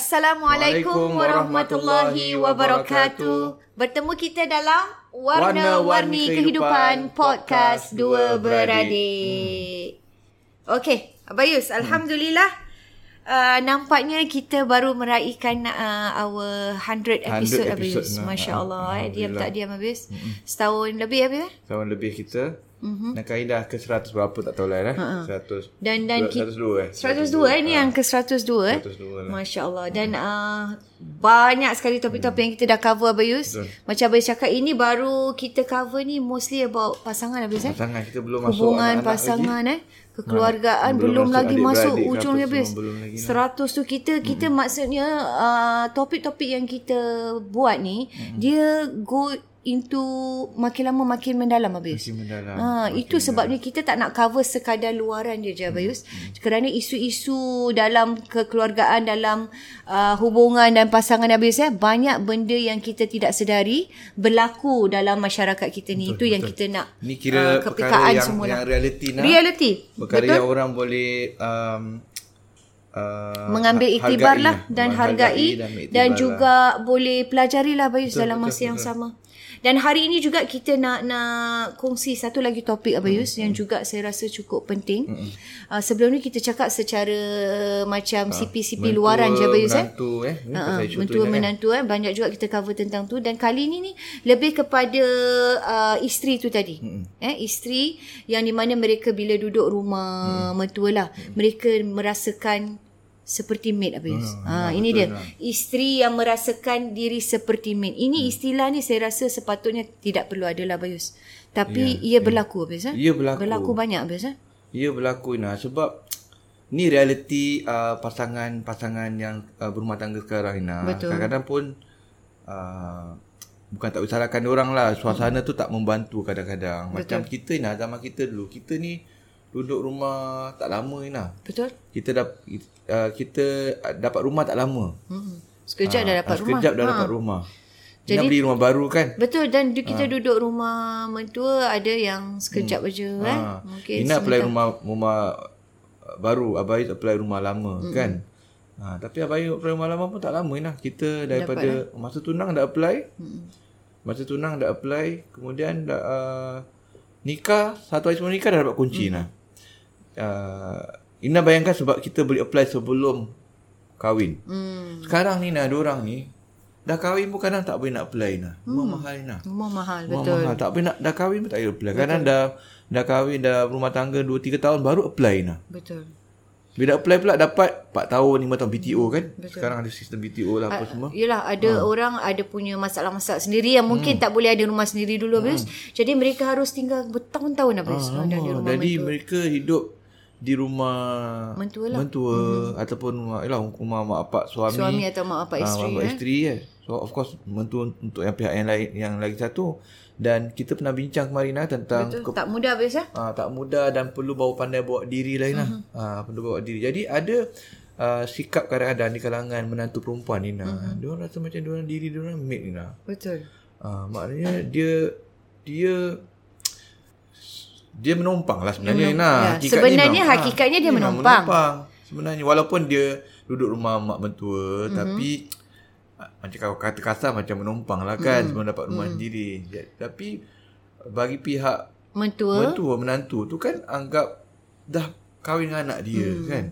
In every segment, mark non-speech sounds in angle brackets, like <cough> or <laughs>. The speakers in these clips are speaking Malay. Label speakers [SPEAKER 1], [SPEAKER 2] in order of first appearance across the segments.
[SPEAKER 1] Assalamualaikum warahmatullahi wabarakatuh.
[SPEAKER 2] Bertemu kita dalam
[SPEAKER 1] Warna-Warni
[SPEAKER 2] Warna-Warni Kehidupan
[SPEAKER 1] Kehidupan
[SPEAKER 2] Podcast
[SPEAKER 1] Podcast
[SPEAKER 2] Dua
[SPEAKER 1] Dua Hmm.
[SPEAKER 2] Beradik. Okey, Abayus, Alhamdulillah. Uh, nampaknya kita baru meraihkan uh, our 100 episode, Abayus.
[SPEAKER 1] 100 episode, nah.
[SPEAKER 2] Masya Allah. Eh. Diam
[SPEAKER 1] Alhamdulillah. Hmm.
[SPEAKER 2] tak diam, Abayus. Setahun lebih, Abayus. eh?
[SPEAKER 1] Tahun lebih kita. Mm-hmm. Dan kaedah ke 100 berapa tak tahu lah eh. Uh-huh. 100.
[SPEAKER 2] Mhm. Dan- dan ki-
[SPEAKER 1] 102 eh.
[SPEAKER 2] 102 eh ni yang ke 102 eh.
[SPEAKER 1] 102 lah.
[SPEAKER 2] Masya Allah Dan uh, banyak sekali topik-topik yang kita dah cover Abayus
[SPEAKER 1] Betul.
[SPEAKER 2] Macam Abayus cakap ini baru kita cover ni mostly about pasangan Abayus eh
[SPEAKER 1] Pasangan kita belum masuk
[SPEAKER 2] Hubungan
[SPEAKER 1] anak-anak
[SPEAKER 2] pasangan
[SPEAKER 1] lagi. Ha.
[SPEAKER 2] eh Kekeluargaan
[SPEAKER 1] Belum
[SPEAKER 2] belum,
[SPEAKER 1] masuk
[SPEAKER 2] lagi
[SPEAKER 1] adik-beradik
[SPEAKER 2] masuk
[SPEAKER 1] ke apa
[SPEAKER 2] ujung
[SPEAKER 1] semua,
[SPEAKER 2] Abayus
[SPEAKER 1] belum lagi nak.
[SPEAKER 2] 100 tu kita kita maksudnya uh, topik-topik yang kita buat ni Dia go into makin lama makin mendalam Abayus
[SPEAKER 1] Masih mendalam.
[SPEAKER 2] Ha, itu sebabnya kita tak nak cover sekadar luaran dia je Abayus. Hmm. Kerana isu-isu dalam kekeluargaan, dalam uh, hubungan dan pasangan Abayus ya, banyak benda yang kita tidak sedari berlaku dalam masyarakat kita ni. itu yang kita nak
[SPEAKER 1] Ni
[SPEAKER 2] ah,
[SPEAKER 1] kira perkara
[SPEAKER 2] kepekaan
[SPEAKER 1] yang,
[SPEAKER 2] semula.
[SPEAKER 1] yang realiti nak.
[SPEAKER 2] Reality.
[SPEAKER 1] Perkara yang orang boleh um, uh,
[SPEAKER 2] Mengambil
[SPEAKER 1] ha-
[SPEAKER 2] iktibar
[SPEAKER 1] hargai
[SPEAKER 2] Ah, lah dan hargai
[SPEAKER 1] dan,
[SPEAKER 2] dan,
[SPEAKER 1] ambil
[SPEAKER 2] dan
[SPEAKER 1] iktibar lah.
[SPEAKER 2] juga boleh pelajari lah Abayus dalam masa yang sama. Dan hari ini juga kita nak nak kongsi satu lagi topik Abayus yang juga saya rasa cukup penting. Hmm. Uh, sebelum ni kita cakap secara macam CP-CP luaran je Abayus eh.
[SPEAKER 1] menantu eh. Ni
[SPEAKER 2] Ha,
[SPEAKER 1] pasal isu tu
[SPEAKER 2] mentua
[SPEAKER 1] ingat, eh.
[SPEAKER 2] menantu eh banyak juga kita cover tentang tu dan kali ni ni lebih kepada uh, isteri tu tadi mm. eh isteri yang di mana mereka bila duduk rumah
[SPEAKER 1] Mm.
[SPEAKER 2] mentua lah mereka merasakan seperti maid apa Yus?
[SPEAKER 1] Ah,
[SPEAKER 2] ha, ini dia isteri yang merasakan diri seperti maid
[SPEAKER 1] Mm.
[SPEAKER 2] ini istilah ni saya rasa sepatutnya tidak perlu ada lah Bayus tapi ia berlaku apa Yus? eh?
[SPEAKER 1] Ya, Ia berlaku.
[SPEAKER 2] berlaku banyak apa Yus? eh?
[SPEAKER 1] Ya berlaku Ina sebab ni realiti uh, pasangan-pasangan yang uh, berumah tangga sekarang Ina.
[SPEAKER 2] Betul.
[SPEAKER 1] Kadang-kadang pun uh, bukan tak disalahkan orang lah. Suasana hmm. tu tak membantu kadang-kadang. Macam kita Ina zaman kita dulu. Kita ni duduk rumah tak lama Ina.
[SPEAKER 2] betul
[SPEAKER 1] Kita dap, uh, kita uh, dapat rumah tak lama.
[SPEAKER 2] hmm. sekejap dah dapat
[SPEAKER 1] Ah,
[SPEAKER 2] rumah Ha.
[SPEAKER 1] Sekejap dah dapat rumah. Jadi, Ina beli rumah baru kan?
[SPEAKER 2] Betul dan du-
[SPEAKER 1] Ah.
[SPEAKER 2] kita ha. duduk rumah mentua ada yang sekejap hmm. je kan.
[SPEAKER 1] Ha.
[SPEAKER 2] Mungkin
[SPEAKER 1] Ina apply rumah rumah uh, baru, Abayu apply rumah lama mm kan. Ha, tapi Abayu apply rumah lama pun tak lama Ina. Kita daripada Dapat, masa tunang dah apply. Mm. Masa tunang dah apply, kemudian dah uh, nikah, satu hari sebelum nikah dah dapat kunci mm. Ina. Uh, Ina bayangkan sebab kita boleh apply sebelum kahwin.
[SPEAKER 2] hmm,
[SPEAKER 1] Sekarang ni Ina, orang ni dah kahwin pun kadang tak boleh nak apply Ina. Rumah mahal Ina.
[SPEAKER 2] rumah mahal
[SPEAKER 1] Rumah
[SPEAKER 2] betul.
[SPEAKER 1] Mahal. Tak boleh nak dah kahwin pun tak payah apply. Kadang dah dah kahwin dah rumah tangga 2 3 tahun baru apply nah.
[SPEAKER 2] Betul.
[SPEAKER 1] Bila apply pula dapat 4 tahun 5 tahun BTO kan. Betul. Sekarang ada sistem BTO lah
[SPEAKER 2] Ah,
[SPEAKER 1] apa semua.
[SPEAKER 2] Yelah ada ha. orang ada punya masalah-masalah sendiri yang mungkin hmm. tak boleh ada rumah sendiri dulu
[SPEAKER 1] Hmm.
[SPEAKER 2] habis. Jadi mereka harus tinggal bertahun-tahun habis ha, ada
[SPEAKER 1] Oh,
[SPEAKER 2] rumah
[SPEAKER 1] jadi mereka hidup di rumah
[SPEAKER 2] Mentua Mm-hmm.
[SPEAKER 1] lah. mentua hmm. ataupun rumah yalah rumah mak bapak suami.
[SPEAKER 2] suami atau mak apa
[SPEAKER 1] Ah,
[SPEAKER 2] isteri. eh?
[SPEAKER 1] mak bapak isteri kan. So of course mentua untuk yang pihak yang lain yang lagi satu dan kita pernah bincang kemarin lah tentang
[SPEAKER 2] Betul. Tak mudah habis eh.
[SPEAKER 1] Ah, tak mudah dan perlu bawa pandai bawa diri lain lah.
[SPEAKER 2] Mhm.
[SPEAKER 1] Uh-huh. perlu bawa diri. Jadi ada uh, sikap kadang-kadang di kalangan menantu perempuan Nina.
[SPEAKER 2] Mhm.
[SPEAKER 1] Uh-huh. Dia orang rasa macam dia orang diri dia orang made Nina.
[SPEAKER 2] Betul.
[SPEAKER 1] Ah, maknanya dia dia dia menumpang lah sebenarnya Nina.
[SPEAKER 2] ya. Sebenarnya hakikatnya
[SPEAKER 1] ah,
[SPEAKER 2] dia menumpang.
[SPEAKER 1] menumpang. Sebenarnya walaupun dia duduk rumah mak mentua
[SPEAKER 2] Mhm.
[SPEAKER 1] mm-hmm. tapi ah, macam kau kata kasar macam menumpang lah
[SPEAKER 2] Mhm.
[SPEAKER 1] kan mm-hmm. sebelum dapat rumah mm-hmm. sendiri. Ya, Tapi bagi pihak
[SPEAKER 2] Mentua
[SPEAKER 1] mentua menantu tu kan anggap dah kahwin dengan anak dia hmm. kan.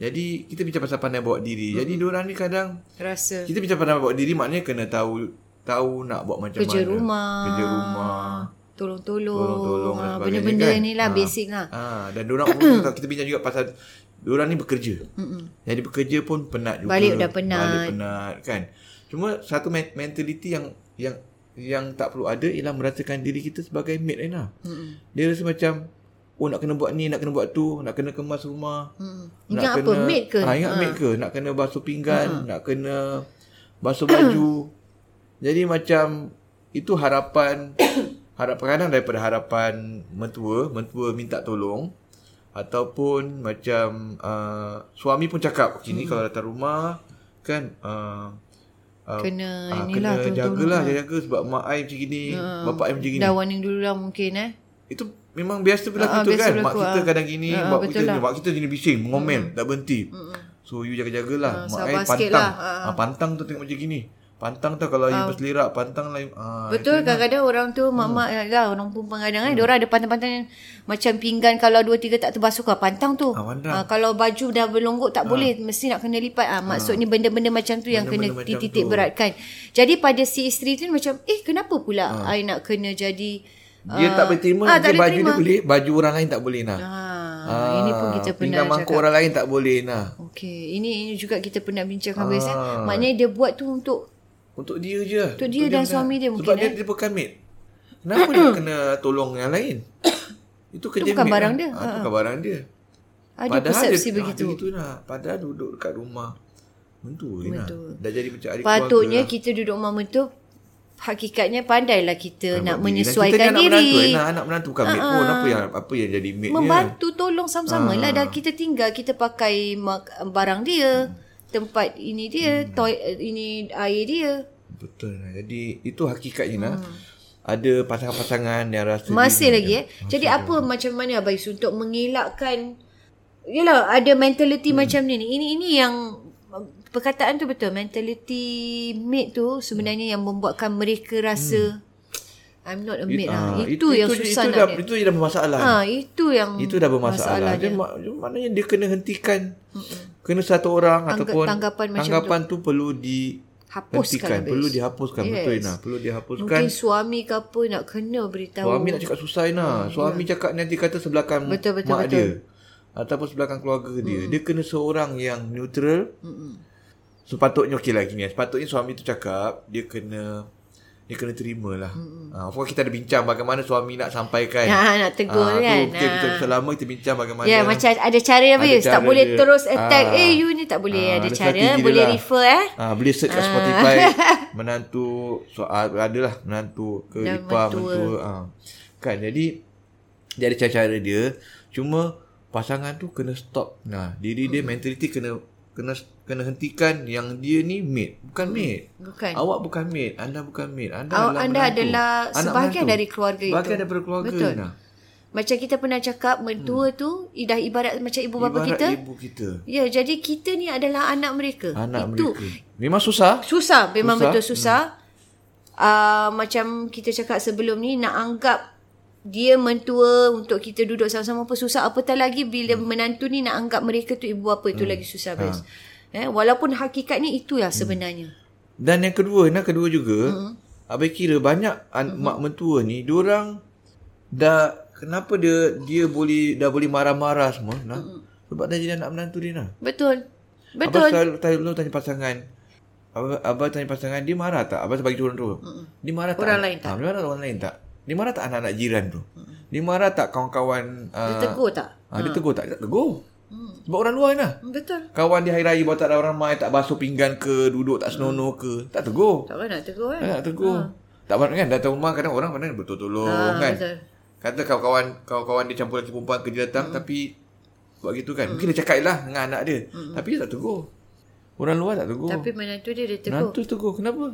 [SPEAKER 1] Jadi kita bincang pasal pandai bawa diri. Jadi
[SPEAKER 2] Hmm.
[SPEAKER 1] diorang ni kadang
[SPEAKER 2] rasa
[SPEAKER 1] kita bincang pandai bawa diri maknanya kena tahu tahu nak buat macam
[SPEAKER 2] kerja
[SPEAKER 1] mana.
[SPEAKER 2] rumah.
[SPEAKER 1] Kerja rumah.
[SPEAKER 2] Ah, Tolong-tolong.
[SPEAKER 1] Ah. Tolong-tolong dan
[SPEAKER 2] Ah,
[SPEAKER 1] sebagainya
[SPEAKER 2] Benda-benda
[SPEAKER 1] kan.
[SPEAKER 2] ni lah
[SPEAKER 1] Ah.
[SPEAKER 2] basic lah.
[SPEAKER 1] Ha dan diorang pun <coughs> kita bincang juga pasal diorang ni bekerja. Hmm. Jadi bekerja pun penat juga.
[SPEAKER 2] Balik dah penat.
[SPEAKER 1] Balik penat kan. Cuma satu men- mentality yang yang yang tak perlu ada ialah merasakan diri kita sebagai maid Aina. Hmm. Dia rasa macam oh nak kena buat ni, nak kena buat tu, nak kena kemas rumah.
[SPEAKER 2] Hmm. Ingat apa? Maid ke?
[SPEAKER 1] Ha, ingat ha. maid ke? Nak kena basuh pinggan, ha. nak kena basuh baju. Jadi macam itu harapan <coughs> harapan kadang daripada harapan mentua, mentua minta tolong ataupun macam uh, suami pun cakap kini hmm. kalau datang rumah kan uh, uh,
[SPEAKER 2] Kena
[SPEAKER 1] ah,
[SPEAKER 2] inilah
[SPEAKER 1] kena jagalah jaga sebab mak ai macam gini, bapak ai macam gini.
[SPEAKER 2] Dah warning dulu lah mungkin eh.
[SPEAKER 1] Itu memang biasa berlaku
[SPEAKER 2] Ah, ah,
[SPEAKER 1] tu
[SPEAKER 2] biasa
[SPEAKER 1] kan.
[SPEAKER 2] berlaku,
[SPEAKER 1] mak kita
[SPEAKER 2] ah.
[SPEAKER 1] kadang gini,
[SPEAKER 2] Ah, ah,
[SPEAKER 1] mak
[SPEAKER 2] betul
[SPEAKER 1] kita ni, mak kita jadi bising, mengomel, tak berhenti. So you jaga-jagalah.
[SPEAKER 2] Ah,
[SPEAKER 1] Mak
[SPEAKER 2] sabar
[SPEAKER 1] I
[SPEAKER 2] sikit
[SPEAKER 1] pantang.
[SPEAKER 2] lah. Ah.
[SPEAKER 1] Ah, pantang tu tengok macam gini. Pantang tu kalau you berselerak, pantang lah. Hmm. you- Ah,
[SPEAKER 2] Betul kadang-kadang orang tu mak-mak lah orang perempuan kadang kan diorang ada pantang-pantang macam pinggan kalau dua tiga tak terbasuh ke pantang tu.
[SPEAKER 1] Ah, pantang.
[SPEAKER 2] Ah, kalau baju dah berlonggok tak boleh mesti nak kena lipat. Ah maksudnya benda-benda macam tu yang kena
[SPEAKER 1] Benda-benda macam
[SPEAKER 2] dititik
[SPEAKER 1] tu.
[SPEAKER 2] beratkan. Jadi pada si isteri tu macam eh kenapa pula
[SPEAKER 1] Ah.
[SPEAKER 2] I nak kena jadi
[SPEAKER 1] Dia tak boleh terima
[SPEAKER 2] Ah,
[SPEAKER 1] ah,
[SPEAKER 2] tak
[SPEAKER 1] Dia
[SPEAKER 2] boleh
[SPEAKER 1] baju
[SPEAKER 2] terima.
[SPEAKER 1] dia boleh Baju orang lain tak boleh nah.
[SPEAKER 2] ah, ini pun kita pernah
[SPEAKER 1] Pinggan mangkuk
[SPEAKER 2] cakap.
[SPEAKER 1] orang lain tak boleh nah.
[SPEAKER 2] Okey, ini ini juga kita pernah bincangkan ah. biasa.
[SPEAKER 1] Ah.
[SPEAKER 2] Maknanya dia buat tu untuk
[SPEAKER 1] Untuk dia je
[SPEAKER 2] Untuk dia dan suami dia
[SPEAKER 1] Sebab
[SPEAKER 2] mungkin,
[SPEAKER 1] dia,
[SPEAKER 2] eh.
[SPEAKER 1] dia bukan maid Kenapa
[SPEAKER 2] <coughs>
[SPEAKER 1] dia kena tolong yang lain Itu kerja
[SPEAKER 2] bukan
[SPEAKER 1] maid
[SPEAKER 2] barang
[SPEAKER 1] lah.
[SPEAKER 2] dia. Ah,
[SPEAKER 1] ha, Itu bukan barang dia
[SPEAKER 2] ada persepsi begitu.
[SPEAKER 1] dia gitu nak. Padahal duduk dekat rumah Mentua je nak
[SPEAKER 2] Mentua.
[SPEAKER 1] Dah jadi macam adik
[SPEAKER 2] Patutnya
[SPEAKER 1] keluarga lah.
[SPEAKER 2] kita duduk mama tu Hakikatnya pandailah kita nak
[SPEAKER 1] lah. Buat diri. Dan
[SPEAKER 2] menyesuaikan
[SPEAKER 1] Kita kan nak menantu
[SPEAKER 2] diri Ah,
[SPEAKER 1] eh. Nak anak menantu bukan maid pun Apa yang, apa yang jadi maid
[SPEAKER 2] Membantu tolong sama-sama lah
[SPEAKER 1] Ah.
[SPEAKER 2] Dah kita tinggal Kita pakai mak- barang dia Tempat ini dia
[SPEAKER 1] Hmm.
[SPEAKER 2] toy, Ini air dia
[SPEAKER 1] Betul lah Jadi itu hakikatnya nak
[SPEAKER 2] Hmm.
[SPEAKER 1] Ada pasangan-pasangan yang rasa
[SPEAKER 2] Masih
[SPEAKER 1] dia-
[SPEAKER 2] lagi eh Jadi apa macam mana Abang Yus Untuk mengelakkan Yelah ada mentality
[SPEAKER 1] Hmm.
[SPEAKER 2] macam ni ni. Ini ini yang um, Perkataan tu betul Mentality mate tu
[SPEAKER 1] Hmm.
[SPEAKER 2] Sebenarnya yang membuatkan mereka rasa I'm not a mate
[SPEAKER 1] Ah,
[SPEAKER 2] lah Itu, yang susah
[SPEAKER 1] itu
[SPEAKER 2] nak
[SPEAKER 1] dah,
[SPEAKER 2] dia.
[SPEAKER 1] Itu dah bermasalah
[SPEAKER 2] Ha, itu yang
[SPEAKER 1] Kan? Itu dah bermasalah. Dia, mak- dia maknanya dia kena hentikan. Kena satu orang
[SPEAKER 2] Angga-
[SPEAKER 1] ataupun
[SPEAKER 2] tanggapan macam
[SPEAKER 1] tanggapan tu. perlu dihapuskan.
[SPEAKER 2] Hapuskan habis.
[SPEAKER 1] kan Perlu dihapuskan. Yes. Betul
[SPEAKER 2] Yes.
[SPEAKER 1] Ina. Perlu dihapuskan.
[SPEAKER 2] Mungkin suami ke apa nak kena beritahu.
[SPEAKER 1] Suami nak cakap susah Ina. Suami cakap nanti kata sebelakang
[SPEAKER 2] Hmm, ya. Betul, betul, Hmm.
[SPEAKER 1] mak dia. Ataupun sebelakang keluarga dia. Dia kena seorang yang neutral. Sepatutnya okey lah gini. Sepatutnya suami tu cakap dia kena dia kena terima lah. Ha, of course kita ada bincang bagaimana suami nak sampaikan.
[SPEAKER 2] Ha, Hmm, <laughs> nak tegur
[SPEAKER 1] Ah, tu
[SPEAKER 2] kan.
[SPEAKER 1] Mungkin kita
[SPEAKER 2] Ah.
[SPEAKER 1] selama kita bincang bagaimana.
[SPEAKER 2] Ya, macam ada cara
[SPEAKER 1] Ada
[SPEAKER 2] habis. Tak
[SPEAKER 1] cara
[SPEAKER 2] boleh
[SPEAKER 1] dia.
[SPEAKER 2] terus attack.
[SPEAKER 1] Ah.
[SPEAKER 2] Eh, you ni tak boleh.
[SPEAKER 1] Ah,
[SPEAKER 2] ada
[SPEAKER 1] ada
[SPEAKER 2] cara.
[SPEAKER 1] strategi dia
[SPEAKER 2] Boleh
[SPEAKER 1] lah.
[SPEAKER 2] refer eh.
[SPEAKER 1] Ah, boleh search kat
[SPEAKER 2] <laughs>
[SPEAKER 1] Spotify menantu so, ah, adalah menantu ke
[SPEAKER 2] Dan
[SPEAKER 1] lipa
[SPEAKER 2] mentua.
[SPEAKER 1] mentua. ah. Kan jadi dia ada cara-cara dia. Cuma pasangan tu kena stop. Nah, diri
[SPEAKER 2] Hmm.
[SPEAKER 1] dia mentality kena kena kena hentikan yang dia ni mate, bukan mate.
[SPEAKER 2] Bukan.
[SPEAKER 1] Awak bukan mate, anda bukan mate. Anda
[SPEAKER 2] Hmm. Kan. Awak-
[SPEAKER 1] adalah
[SPEAKER 2] anda
[SPEAKER 1] menantu.
[SPEAKER 2] adalah sebahagian dari keluarga itu.
[SPEAKER 1] Sebahagian daripada keluarga.
[SPEAKER 2] Betul.
[SPEAKER 1] Nah.
[SPEAKER 2] Macam kita pernah cakap, mentua tu dah ibarat macam ibu bapa
[SPEAKER 1] Hmm. Ibarat
[SPEAKER 2] kita.
[SPEAKER 1] ibu kita.
[SPEAKER 2] Ya, jadi kita ni adalah anak mereka.
[SPEAKER 1] Anak
[SPEAKER 2] Itu.
[SPEAKER 1] mereka. Memang susah.
[SPEAKER 2] Susah. Memang
[SPEAKER 1] Susah. Hmm.
[SPEAKER 2] betul susah. Ah, macam kita cakap sebelum ni, nak anggap dia mentua untuk kita duduk sama-sama pun susah. Apatah lagi bila
[SPEAKER 1] Hmm.
[SPEAKER 2] menantu ni nak anggap mereka tu ibu bapa tu lagi susah. Ha. Eh, walaupun hakikatnya itulah
[SPEAKER 1] Hmm.
[SPEAKER 2] sebenarnya.
[SPEAKER 1] Dan yang kedua, nah kedua juga,
[SPEAKER 2] Hmm.
[SPEAKER 1] mm-hmm. abai kira banyak an- mak mentua ni, diorang dah kenapa dia dia boleh dah boleh marah-marah semua, nah. Sebab dah jadi anak menantu dia nah.
[SPEAKER 2] Betul.
[SPEAKER 1] Abang
[SPEAKER 2] Hmm. Betul.
[SPEAKER 1] selalu tanya, selalu tanya pasangan. Abang, abang tanya pasangan, dia marah tak? Abang bagi contoh. Mm-hmm. Dia marah tak?
[SPEAKER 2] Hmm. Orang lain tak? Hmm.
[SPEAKER 1] Ha, dia marah orang lain tak? Dia marah tak anak-anak jiran tu? Mm-hmm. Dia marah tak kawan-kawan?
[SPEAKER 2] Dia Ah. Hmm.
[SPEAKER 1] Uh,
[SPEAKER 2] tegur tak?
[SPEAKER 1] ha, dia tegur tak? Dia tak tegur. Mm. Sebab orang luar nah.
[SPEAKER 2] Betul.
[SPEAKER 1] Kawan dia hari raya bawa tak ramai, tak basuh pinggan ke, duduk tak senonoh ke. Tak tegur.
[SPEAKER 2] Tak payah nak tegur kan?
[SPEAKER 1] Tak nak tegur. Ha. Tak pandang kan datang rumah kadang orang pandang bertolong-tolong
[SPEAKER 2] Ah,
[SPEAKER 1] ha, kan.
[SPEAKER 2] betul.
[SPEAKER 1] Betul. Kata kawan-kawan kawan-kawan dia campur lelaki perempuan kerja datang hmm. tapi buat gitu kan. Mungkin dia cakap lah dengan anak dia. Hmm. Tapi dia tak tegur. Orang luar tak tegur.
[SPEAKER 2] Tapi menantu dia dia tegur.
[SPEAKER 1] Menantu tegur. Kenapa?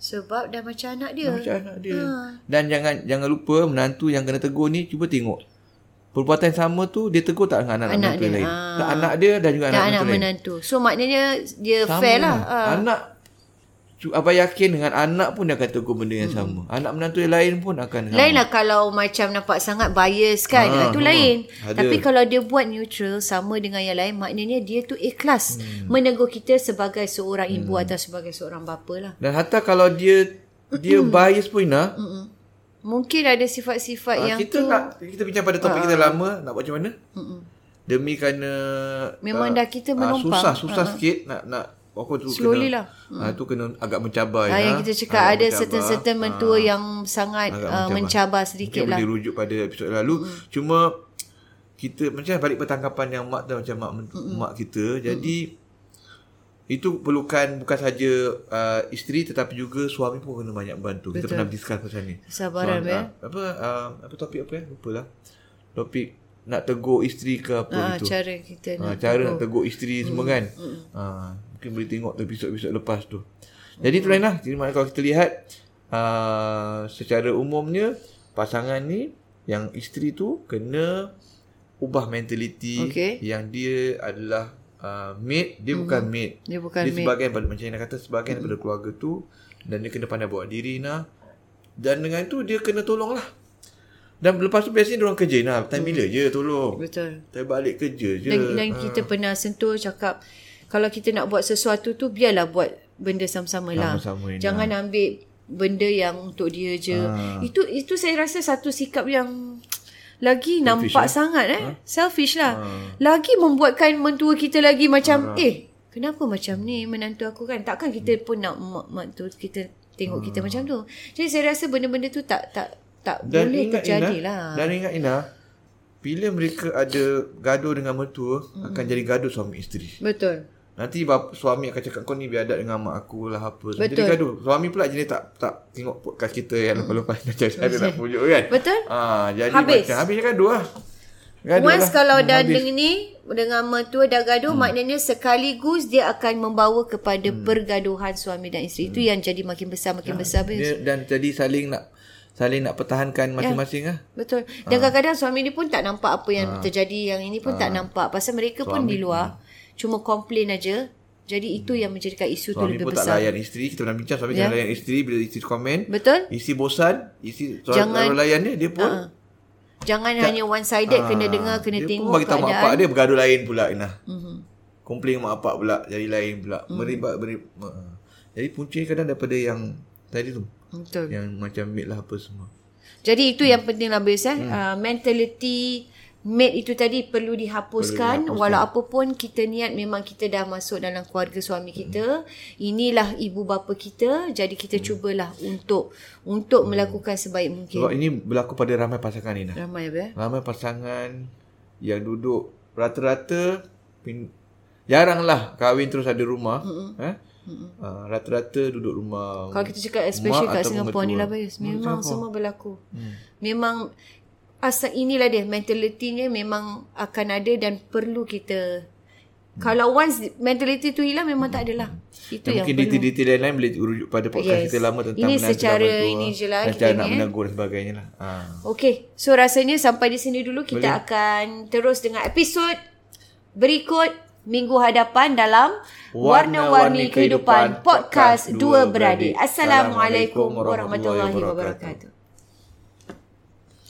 [SPEAKER 2] Sebab dah macam anak dia.
[SPEAKER 1] Macam anak dia. Ha. Dan jangan jangan lupa menantu yang kena tegur ni cuba tengok. Perbuatan sama tu dia tegur tak dengan anak,
[SPEAKER 2] Anak
[SPEAKER 1] anak menantu
[SPEAKER 2] dia,
[SPEAKER 1] yang lain.
[SPEAKER 2] ah.
[SPEAKER 1] Ha. Anak dia dan juga
[SPEAKER 2] Dah
[SPEAKER 1] anak,
[SPEAKER 2] anak
[SPEAKER 1] menantu lain.
[SPEAKER 2] menantu. So maknanya dia
[SPEAKER 1] Sama
[SPEAKER 2] fair lah.
[SPEAKER 1] lah. Anak cu- Abang yakin dengan anak pun dia akan tegur benda yang sama. Anak menantu yang Hmm. lain pun akan sama.
[SPEAKER 2] Lain lah kalau macam nampak sangat bias kan. Ha,
[SPEAKER 1] Ah,
[SPEAKER 2] itu
[SPEAKER 1] ha,
[SPEAKER 2] lain.
[SPEAKER 1] ada.
[SPEAKER 2] Tapi kalau dia buat neutral sama dengan yang lain maknanya dia tu ikhlas
[SPEAKER 1] Hmm.
[SPEAKER 2] menegur kita sebagai seorang ibu atau sebagai seorang bapa lah.
[SPEAKER 1] Dan hatta kalau dia dia bias pun Ina,
[SPEAKER 2] Mungkin ada sifat-sifat
[SPEAKER 1] ah,
[SPEAKER 2] yang
[SPEAKER 1] kita
[SPEAKER 2] tu Ah,
[SPEAKER 1] nak kita bincang pada topik kita lama nak buat macam mana? Demi kerana
[SPEAKER 2] Memang dah kita
[SPEAKER 1] ah,
[SPEAKER 2] menumpang.
[SPEAKER 1] susah susah sikit nak nak aku tu
[SPEAKER 2] Slowly lah.
[SPEAKER 1] kena, lah. tu kena agak mencabar
[SPEAKER 2] ah, yang
[SPEAKER 1] Ina.
[SPEAKER 2] kita cakap
[SPEAKER 1] Agak
[SPEAKER 2] ada
[SPEAKER 1] mencabar. Ah.
[SPEAKER 2] certain-certain mentua yang sangat uh,
[SPEAKER 1] Agak mencabar.
[SPEAKER 2] mencabar
[SPEAKER 1] Mungkin
[SPEAKER 2] sedikit
[SPEAKER 1] boleh
[SPEAKER 2] lah.
[SPEAKER 1] rujuk pada episod lalu. Cuma kita macam balik pertangkapan yang mak dan macam mak mm mak kita. Jadi itu perlukan bukan saja uh, isteri tetapi juga suami pun kena banyak bantu. Kita pernah discuss pasal ni.
[SPEAKER 2] Kesabaran,
[SPEAKER 1] Soal, ah, apa uh, apa topik apa ya? Lupalah. Topik nak tegur isteri ke apa
[SPEAKER 2] Ah,
[SPEAKER 1] gitu.
[SPEAKER 2] cara kita
[SPEAKER 1] Ha,
[SPEAKER 2] nak
[SPEAKER 1] cara nak tegur isteri
[SPEAKER 2] Hmm,
[SPEAKER 1] semua kan. Ha, mungkin boleh tengok tu episod-episod lepas tu. Jadi tu lain lah. Jadi maknanya kalau kita lihat uh, secara umumnya pasangan ni yang isteri tu kena ubah mentaliti
[SPEAKER 2] Okey.
[SPEAKER 1] yang dia adalah uh, maid dia hmm. bukan maid
[SPEAKER 2] Dia bukan
[SPEAKER 1] dia
[SPEAKER 2] maid. Hmm.
[SPEAKER 1] sebahagian pada macam Ina kata sebahagian daripada keluarga tu dan dia kena pandai bawa diri nah dan dengan itu dia kena tolong lah dan lepas tu biasanya dia orang kerja nah time
[SPEAKER 2] Hmm.
[SPEAKER 1] bila je tolong
[SPEAKER 2] Betul.
[SPEAKER 1] saya balik kerja je
[SPEAKER 2] Dan, dan
[SPEAKER 1] ah.
[SPEAKER 2] kita pernah sentuh cakap kalau kita nak buat sesuatu tu biarlah buat benda sama-sama lah.
[SPEAKER 1] Sama-sama, Ina.
[SPEAKER 2] Jangan ambil benda yang untuk dia je.
[SPEAKER 1] Ah.
[SPEAKER 2] Ha. Itu itu saya rasa satu sikap yang lagi Selfish nampak
[SPEAKER 1] eh? Ah.
[SPEAKER 2] sangat eh. Ha? Selfish lah. Ha. Lagi membuatkan mentua kita lagi macam ha. eh kenapa macam ni menantu aku kan? Takkan
[SPEAKER 1] Hmm.
[SPEAKER 2] kita pun nak mak- mentua kita tengok ha.
[SPEAKER 1] Ah.
[SPEAKER 2] kita macam tu. Jadi saya rasa benda-benda tu tak tak tak
[SPEAKER 1] dan
[SPEAKER 2] boleh
[SPEAKER 1] ingat Ina
[SPEAKER 2] terjadi lah.
[SPEAKER 1] dan ingat Ina bila mereka ada gaduh dengan mertua akan jadi gaduh suami isteri
[SPEAKER 2] Betul.
[SPEAKER 1] Nanti bap, suami akan cakap kau ni biadab dengan mak aku lah apa. Betul. Jadi
[SPEAKER 2] Betul.
[SPEAKER 1] gaduh. Suami pula jenis tak tak tengok podcast kita yang lepas-lepas dah jadi ada nak pujuk kan.
[SPEAKER 2] Betul.
[SPEAKER 1] Ah, jadi
[SPEAKER 2] Habis.
[SPEAKER 1] macam habis gaduh lah. Gaduh
[SPEAKER 2] Once
[SPEAKER 1] lah.
[SPEAKER 2] kalau dah
[SPEAKER 1] Habis.
[SPEAKER 2] dengan ni dengan mertua dah gaduh hmm. maknanya sekaligus dia akan membawa kepada hmm. pergaduhan suami dan isteri. Itu yang jadi makin besar makin besar.
[SPEAKER 1] Hmm. Ah,
[SPEAKER 2] Dia,
[SPEAKER 1] dia, dan jadi saling nak saling
[SPEAKER 2] Ya.
[SPEAKER 1] nak pertahankan masing-masing lah.
[SPEAKER 2] Betul. Dan kadang-kadang suami ni pun tak nampak apa
[SPEAKER 1] Ah.
[SPEAKER 2] yang terjadi, yang ini pun tak nampak pasal mereka pun di luar cuma komplain aja. Jadi itu yang menjadikan isu tu
[SPEAKER 1] Suami
[SPEAKER 2] lebih
[SPEAKER 1] pun tak
[SPEAKER 2] besar. Ya.
[SPEAKER 1] layan isteri. Kita pernah bincang suami yeah. layan isteri bila isteri komen.
[SPEAKER 2] Betul?
[SPEAKER 1] Isteri bosan, isteri
[SPEAKER 2] Jangan- Ah,
[SPEAKER 1] Jangan. layan dia, dia pun
[SPEAKER 2] Jangan hanya one sided kena dengar kena
[SPEAKER 1] Ah, dia
[SPEAKER 2] tengok
[SPEAKER 1] pun bagi tahu mak
[SPEAKER 2] keadaan.
[SPEAKER 1] pak dia bergaduh lain pula Inah. Mhm. Komplain mak pak pula jadi lain pula.
[SPEAKER 2] Mhm.
[SPEAKER 1] Mm. Meribat merib. Uh, jadi punca kadang daripada yang tadi tu.
[SPEAKER 2] Betul.
[SPEAKER 1] Yang macam mid lah apa semua.
[SPEAKER 2] Ya. Jadi itu yang penting lah Bez eh. Hmm. Uh, mentality mate itu tadi perlu dihapuskan, perlu dihapuskan walau apa pun kita niat memang kita dah masuk dalam keluarga suami kita. Inilah ibu bapa kita. Jadi kita cubalah untuk untuk melakukan sebaik mungkin.
[SPEAKER 1] Sebab ini berlaku pada ramai pasangan Inah.
[SPEAKER 2] Ramai apa eh?
[SPEAKER 1] Ramai pasangan yang duduk rata-rata pin, jaranglah kahwin terus ada rumah.
[SPEAKER 2] Mhm.
[SPEAKER 1] Mm-hmm. Eh? Uh, rata-rata duduk rumah
[SPEAKER 2] Kalau kita cakap especially
[SPEAKER 1] mak
[SPEAKER 2] kat
[SPEAKER 1] ataupun
[SPEAKER 2] Singapura ni
[SPEAKER 1] mertua.
[SPEAKER 2] lah Bez. Memang semua berlaku. Hmm. Memang asal inilah dia mentalitinya memang akan ada dan perlu kita kalau once mentality tu hilang Hmm. memang tak adalah. Itu
[SPEAKER 1] Dan
[SPEAKER 2] yang
[SPEAKER 1] mungkin
[SPEAKER 2] perlu.
[SPEAKER 1] detail-detail yang lain boleh rujuk pada podcast
[SPEAKER 2] Yes.
[SPEAKER 1] yes. kita lama tentang
[SPEAKER 2] Ini
[SPEAKER 1] menantu
[SPEAKER 2] secara
[SPEAKER 1] dan mertua,
[SPEAKER 2] ini je lah
[SPEAKER 1] dan
[SPEAKER 2] kita
[SPEAKER 1] cara
[SPEAKER 2] ni,
[SPEAKER 1] nak
[SPEAKER 2] eh.
[SPEAKER 1] menegur dan sebagainya lah. Ha.
[SPEAKER 2] Ah. Okey, so rasanya sampai di sini dulu kita Boleh.
[SPEAKER 1] Boleh.
[SPEAKER 2] akan terus dengan episod berikut minggu hadapan dalam
[SPEAKER 1] Warna-Warni
[SPEAKER 2] Warna-Warni Kehidupan
[SPEAKER 1] Kehidupan
[SPEAKER 2] Podcast
[SPEAKER 1] Podcast
[SPEAKER 2] Dua
[SPEAKER 1] Dua Beradik.
[SPEAKER 2] Beradik. Assalamualaikum
[SPEAKER 1] Assalamualaikum
[SPEAKER 2] warahmatullahi
[SPEAKER 1] warahmatullahi
[SPEAKER 2] wabarakatuh.